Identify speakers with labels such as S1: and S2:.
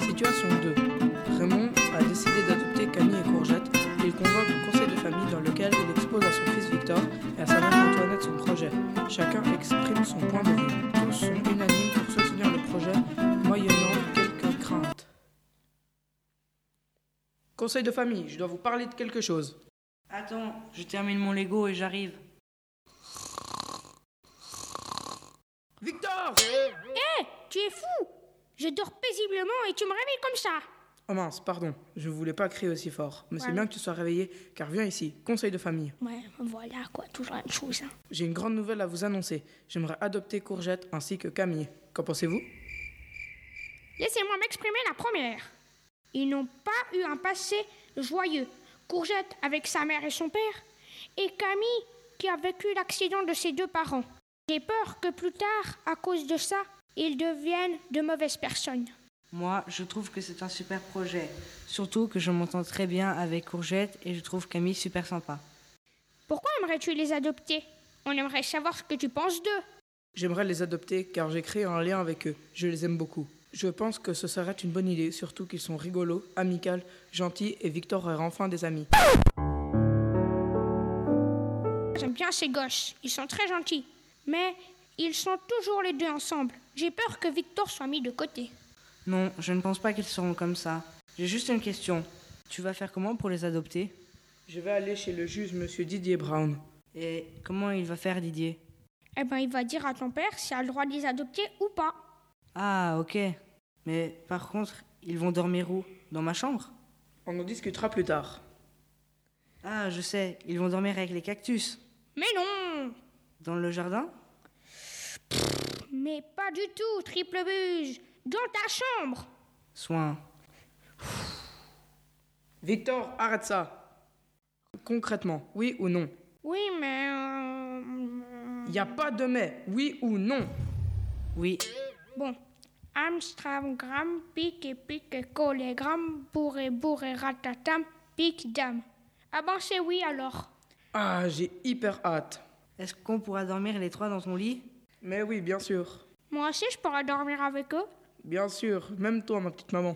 S1: situation 2. Raymond a décidé d'adopter Camille et Courgette et il convoque le conseil de famille dans lequel il expose à son fils Victor et à sa mère Antoinette son projet. Chacun exprime son point de vue. Tous sont unanimes pour soutenir le projet, moyennant quelques craintes. Conseil de famille, je dois vous parler de quelque chose.
S2: Attends, je termine mon Lego et j'arrive.
S1: Victor
S3: Tu es fou Je dors paisiblement et tu me réveilles comme ça.
S1: Oh mince, pardon, je voulais pas crier aussi fort. Mais c'est
S3: Ouais.
S1: bien que tu sois réveillé, car viens ici, conseil de famille.
S3: Ouais, voilà quoi, toujours la même chose. hein.
S1: J'ai une grande nouvelle à vous annoncer. J'aimerais adopter Courgette ainsi que Camille. Qu'en pensez-vous
S3: Laissez-moi m'exprimer la première. Ils n'ont pas eu un passé joyeux. Courgette avec sa mère et son père, et Camille qui a vécu l'accident de ses deux parents. J'ai peur que plus tard, à cause de ça, ils deviennent de mauvaises personnes.
S2: Moi, je trouve que c'est un super projet. Surtout que je m'entends très bien avec Courgette et je trouve Camille super sympa.
S3: Pourquoi aimerais-tu les adopter On aimerait savoir ce que tu penses d'eux.
S1: J'aimerais les adopter car j'ai créé un lien avec eux. Je les aime beaucoup. Je pense que ce serait une bonne idée, surtout qu'ils sont rigolos, amicaux, gentils et Victor aura enfin des amis.
S3: J'aime bien ces gosses, ils sont très gentils. Mais ils sont toujours les deux ensemble. J'ai peur que Victor soit mis de côté.
S2: Non, je ne pense pas qu'ils seront comme ça. J'ai juste une question. Tu vas faire comment pour les adopter
S1: Je vais aller chez le juge monsieur Didier Brown.
S2: Et comment il va faire Didier
S3: Eh ben, il va dire à ton père s'il a le droit de les adopter ou pas.
S2: Ah, ok. Mais par contre, ils vont dormir où Dans ma chambre
S1: On en discutera plus tard.
S2: Ah, je sais, ils vont dormir avec les cactus.
S3: Mais non
S2: Dans le jardin
S3: Mais pas du tout, triple buse Dans ta chambre
S2: Soin.
S1: Victor, arrête ça Concrètement, oui ou non
S3: Oui, mais... euh,
S1: Y a pas de mais, oui ou non
S2: Oui,
S3: Bon. Amstramgram, pique et pique et collégramme, bourré bourré ratatam, pique dame. Ah ben c'est oui alors.
S1: Ah, j'ai hyper hâte.
S2: Est-ce qu'on pourra dormir les trois dans ton lit
S1: Mais oui, bien sûr.
S3: Moi aussi je pourrais dormir avec eux.
S1: Bien sûr, même toi, ma petite maman.